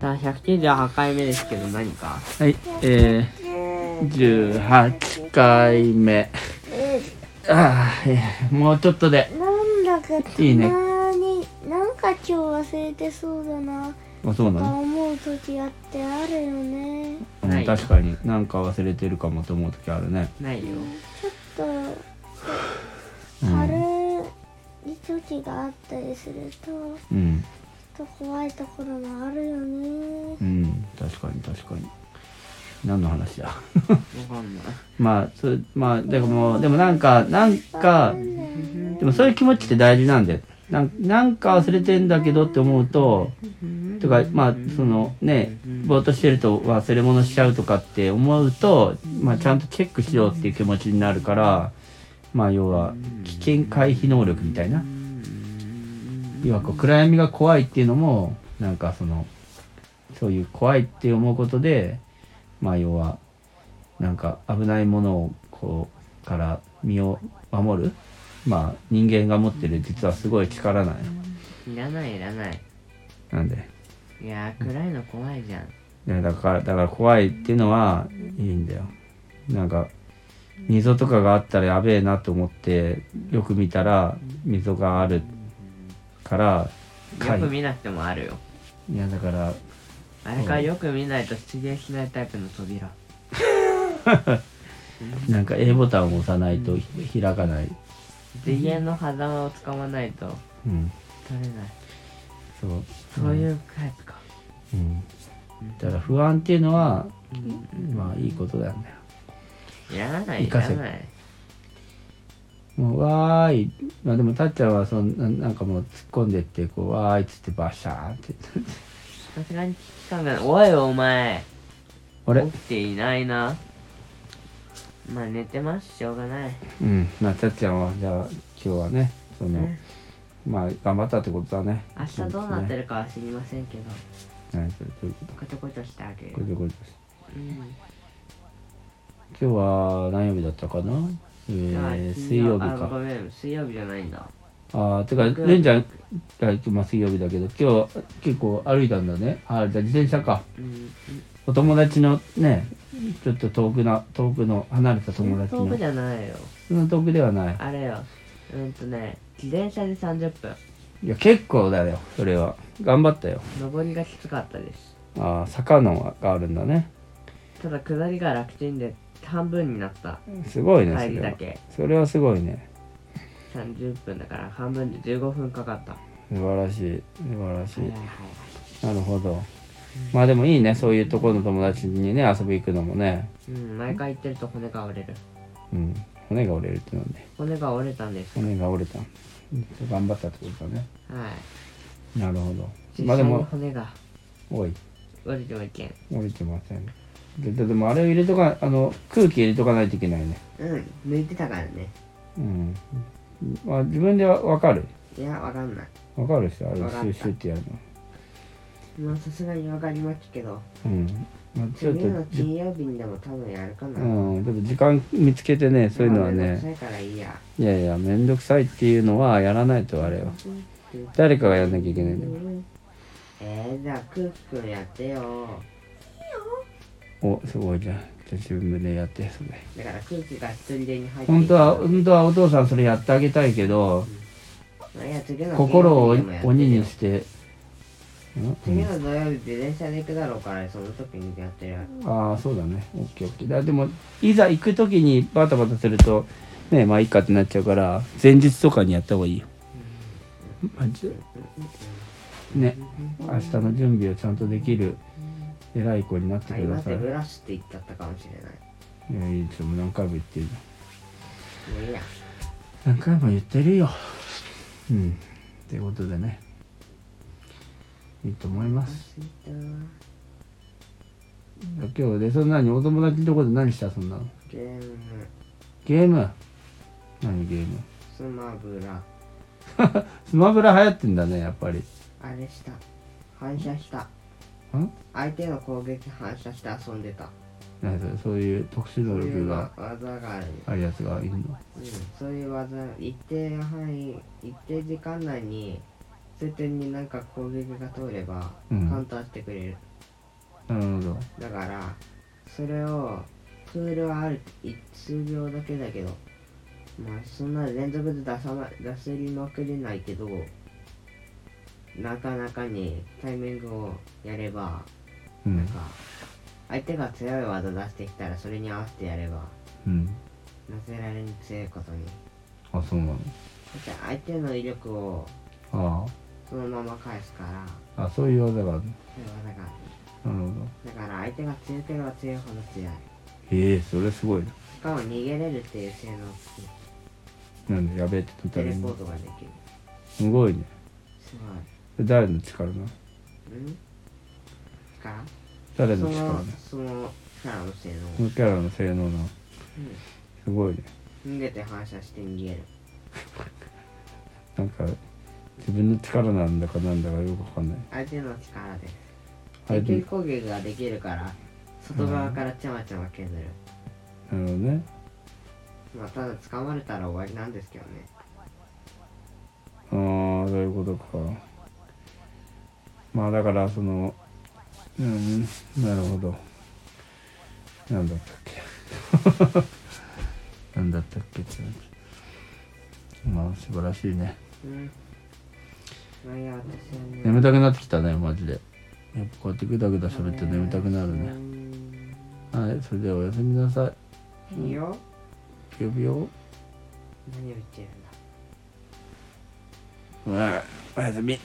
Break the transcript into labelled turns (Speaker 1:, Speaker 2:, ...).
Speaker 1: 計18回目ですけど何か
Speaker 2: はい、えー、18回目。ああ、えーもうちょっとで
Speaker 3: なんだかたま
Speaker 2: いいね
Speaker 3: になんか今日忘れてそうだな
Speaker 2: あそうな
Speaker 3: とか
Speaker 2: の、
Speaker 3: 思う時あってあるよね
Speaker 2: う
Speaker 1: は
Speaker 2: ん、
Speaker 1: い
Speaker 2: 確かになんか忘れてるかもと思う時あるね
Speaker 1: ないよ
Speaker 3: ちょっと軽い時があったりするとちょっ
Speaker 2: うん
Speaker 3: と怖いところもあるよね
Speaker 2: うん確かに確かに何の話だ
Speaker 1: わかんない
Speaker 2: まあそまあでもでもなんかなんかでもそういう気持ちって大事なんだよなんなんか忘れてんだけどって思うととかまあそのねぼーっとしてると忘れ物しちゃうとかって思うと、まあ、ちゃんとチェックしようっていう気持ちになるからまあ要は危険回避能力みたいな要はこう暗闇が怖いっていうのもなんかそのそういう怖いって思うことでまあ要はなんか危ないものをこうから身を守るまあ人間が持ってる実はすごい力なんよ
Speaker 1: いらないいらない
Speaker 2: なんで
Speaker 1: いやー暗いの怖いじゃん
Speaker 2: ね、だからだから怖いっていうのはいいんだよなんか溝とかがあったらやべえなと思ってよく見たら溝があるから
Speaker 1: よ
Speaker 2: 回
Speaker 1: く見なくてもあるよ
Speaker 2: いやだから
Speaker 1: あれからよく見ないと出現しないタイプの扉
Speaker 2: なんか A ボタンを押さないとひ開かない、
Speaker 1: 次元の狭間をつかまないと
Speaker 2: うん、
Speaker 1: 取れない
Speaker 2: そう
Speaker 1: そういうタイプか
Speaker 2: うん、だから不安っていうのは
Speaker 1: うん
Speaker 2: まあいいことなんだよ
Speaker 1: いらないい
Speaker 2: 行からせ
Speaker 1: ない
Speaker 2: もうわーい、まあ、でもたっちゃんはそんななんかもう突っ込んでってこうわーいっつってバシャーンって
Speaker 1: さすがに危機感がないおいお前
Speaker 2: あれ
Speaker 1: 起きていないなまあ寝てますしょうがない
Speaker 2: うん、まあ、たっちゃんは、じゃあ、今日はね、その
Speaker 1: ね、
Speaker 2: まあ、頑張ったってことだね。
Speaker 1: 明日どうなって
Speaker 2: る。
Speaker 1: るかは知りませんけど
Speaker 2: はい、それ、ということ。
Speaker 1: こちょこちょしてあげ
Speaker 2: これ
Speaker 1: る
Speaker 2: でこれです。
Speaker 1: うん
Speaker 2: 今日は何曜日だったかな。え
Speaker 1: じゃあ金
Speaker 2: ー、
Speaker 1: 曜
Speaker 2: 水曜日
Speaker 1: あご
Speaker 2: か。
Speaker 1: めん水曜日じゃないんだ
Speaker 2: ああ、てか、
Speaker 1: 僕
Speaker 2: レンちゃん、が今水曜日だけど、今日、結構歩いたんだね。ああ、じゃあ、自転車か。
Speaker 1: うん
Speaker 2: お友達の、ね、ちょっと遠くな、遠くの、離れた友達
Speaker 1: 遠く
Speaker 2: の。
Speaker 1: じゃないよ
Speaker 2: そんな遠くではない。
Speaker 1: あれようんとね自転車で30分
Speaker 2: いや、結構だよ、それは。頑張ったよ。
Speaker 1: 上りがきつかったです
Speaker 2: ああ、坂のがあるんだね。
Speaker 1: ただ下りが楽ちんで半分になった
Speaker 2: すごいね、そ
Speaker 1: 帰り
Speaker 2: れ
Speaker 1: だ
Speaker 2: は。
Speaker 1: け
Speaker 2: それはすごいね。
Speaker 1: 30分だから半分で15分かかったは
Speaker 2: 素晴らしい素晴らし
Speaker 1: いはい
Speaker 2: い
Speaker 1: はい
Speaker 2: なるほどまあでもいいねそういうところの友達にね遊び行くのもね
Speaker 1: うん毎回行ってると骨が折れる
Speaker 2: うん骨が折れるってなんで
Speaker 1: 骨が折れたんです
Speaker 2: 骨が折れた頑張ったってことだね
Speaker 1: はい
Speaker 2: なるほど
Speaker 1: 実
Speaker 2: ま
Speaker 1: 際
Speaker 2: あで
Speaker 1: に
Speaker 2: も
Speaker 1: 骨が
Speaker 2: おい
Speaker 1: 折れてもいけん
Speaker 2: 折れてませんでででもあれを入れとかあの空気入れとかないといけないね
Speaker 1: うん抜いてたからね
Speaker 2: うん、まあ、自分でわわかる
Speaker 1: いやわかんない
Speaker 2: わかるでしょあれシ
Speaker 1: わ
Speaker 2: ュ
Speaker 1: かった
Speaker 2: ッシュッってやるの
Speaker 1: まあさすがにわかりますけど
Speaker 2: うん、まあ、ちょっ
Speaker 1: 次の
Speaker 2: とじ
Speaker 1: 金曜日にでも多分やるかな、
Speaker 2: うん、でも時間見つけてねそういうのは
Speaker 1: まあめんど
Speaker 2: ね
Speaker 1: くさいからいいや
Speaker 2: いやいや、めんどくさいっていうのはやらないとあれよ。誰かがやんなきゃいけないんだよ。
Speaker 1: えー、じゃあクックンやってよ
Speaker 2: お、すごいじゃん。じゃあ自分でやって、それ。
Speaker 1: だから空気が一人でに入って
Speaker 2: 本当は、本当はお父さんそれやってあげたいけど、
Speaker 1: いや次の
Speaker 2: 心を
Speaker 1: 金曜日でもやってよ
Speaker 2: 鬼にして。う
Speaker 1: 次
Speaker 2: ん
Speaker 1: の土曜日自転車で行くだろうからその時にやってる
Speaker 2: ああ、そうだね。オッケーオッケー。だでも、いざ行くときにバタバタすると、ね、まあいいかってなっちゃうから、前日とかにやった方がいいよ。まあじゅね、明日の準備をちゃんとできる偉い子になって
Speaker 1: あ
Speaker 2: く
Speaker 1: 今
Speaker 2: だ
Speaker 1: っ
Speaker 2: さい。
Speaker 1: て
Speaker 2: い
Speaker 1: ブラシって言っちゃったかもしれない
Speaker 2: や、いいですよ。もう何回も言ってるじゃん。
Speaker 1: もういいや
Speaker 2: 何回も言ってるようんってことでねいいと思います今日でそんなにお友達のところで何したそんなの
Speaker 1: ゲーム
Speaker 2: ゲーム何ゲーム
Speaker 1: スマブラ
Speaker 2: スマブラ流行ってんだねやっぱり
Speaker 1: あれした反射した
Speaker 2: ん
Speaker 1: 相手の攻撃反射して遊んでた
Speaker 2: 何それそういう特殊
Speaker 1: そう
Speaker 2: 能
Speaker 1: い
Speaker 2: 力
Speaker 1: う
Speaker 2: が
Speaker 1: わ技がある
Speaker 2: あるやつがいるの
Speaker 1: うん、そういう技一定範囲一定時間内に数点になんか攻撃が通れば
Speaker 2: うん
Speaker 1: カウンターしてくれる、
Speaker 2: なるほど。
Speaker 1: だからそれをプールはある一数秒だけだけどまあそんな連続で出さま出せりまくれないけどなかなかにタイミングをやれば
Speaker 2: う
Speaker 1: なん
Speaker 2: ん。
Speaker 1: か相手が強い技出してきたらそれに合わせてやれば
Speaker 2: うん。
Speaker 1: なぜられに強いことに
Speaker 2: あ、そうなの。
Speaker 1: そして相手の威力を
Speaker 2: あ
Speaker 1: そのまま返すから
Speaker 2: あ。あ、そういう技がある。
Speaker 1: そういう技があ
Speaker 2: なるほど。
Speaker 1: るだから相手が強ければ強いほど強い
Speaker 2: ええそれすごい
Speaker 1: しかも逃げれるっていう性能付き
Speaker 2: な。なんで、やべえって言った
Speaker 1: テ
Speaker 2: ら
Speaker 1: レ
Speaker 2: いい
Speaker 1: ポー
Speaker 2: の。
Speaker 1: トができる
Speaker 2: すごいね。
Speaker 1: すごい
Speaker 2: 誰の力なの
Speaker 1: うんか
Speaker 2: 誰
Speaker 1: そ
Speaker 2: の力な
Speaker 1: の
Speaker 2: の
Speaker 1: そのキャラの性能
Speaker 2: このキャラの性能なの
Speaker 1: う
Speaker 2: すごいね。
Speaker 1: ん逃げて反射して逃げる
Speaker 2: なんか、自分の力なんだかなんだかよくわかんない。
Speaker 1: 相手の力です
Speaker 2: 相
Speaker 1: 敵
Speaker 2: 手
Speaker 1: 球攻撃ができるから外側からちゃまちゃま削る、
Speaker 2: なるほどね。
Speaker 1: まあただ捕まれたら終わりなんですけどね
Speaker 2: ああそういうことかまあだからそのうんなるほどなんだったっけ なんだったっけってなっちゃうまあ素晴らしいね
Speaker 1: うんまあいや私はね
Speaker 2: 眠たくなってきたねマジでやっぱこうやってグダグダ喋ってると眠たくなるねはいそれではおやすみなさい
Speaker 1: うんいいよ
Speaker 2: ピヨピヨ
Speaker 1: 何を言ってるんだ
Speaker 2: うんおやすみ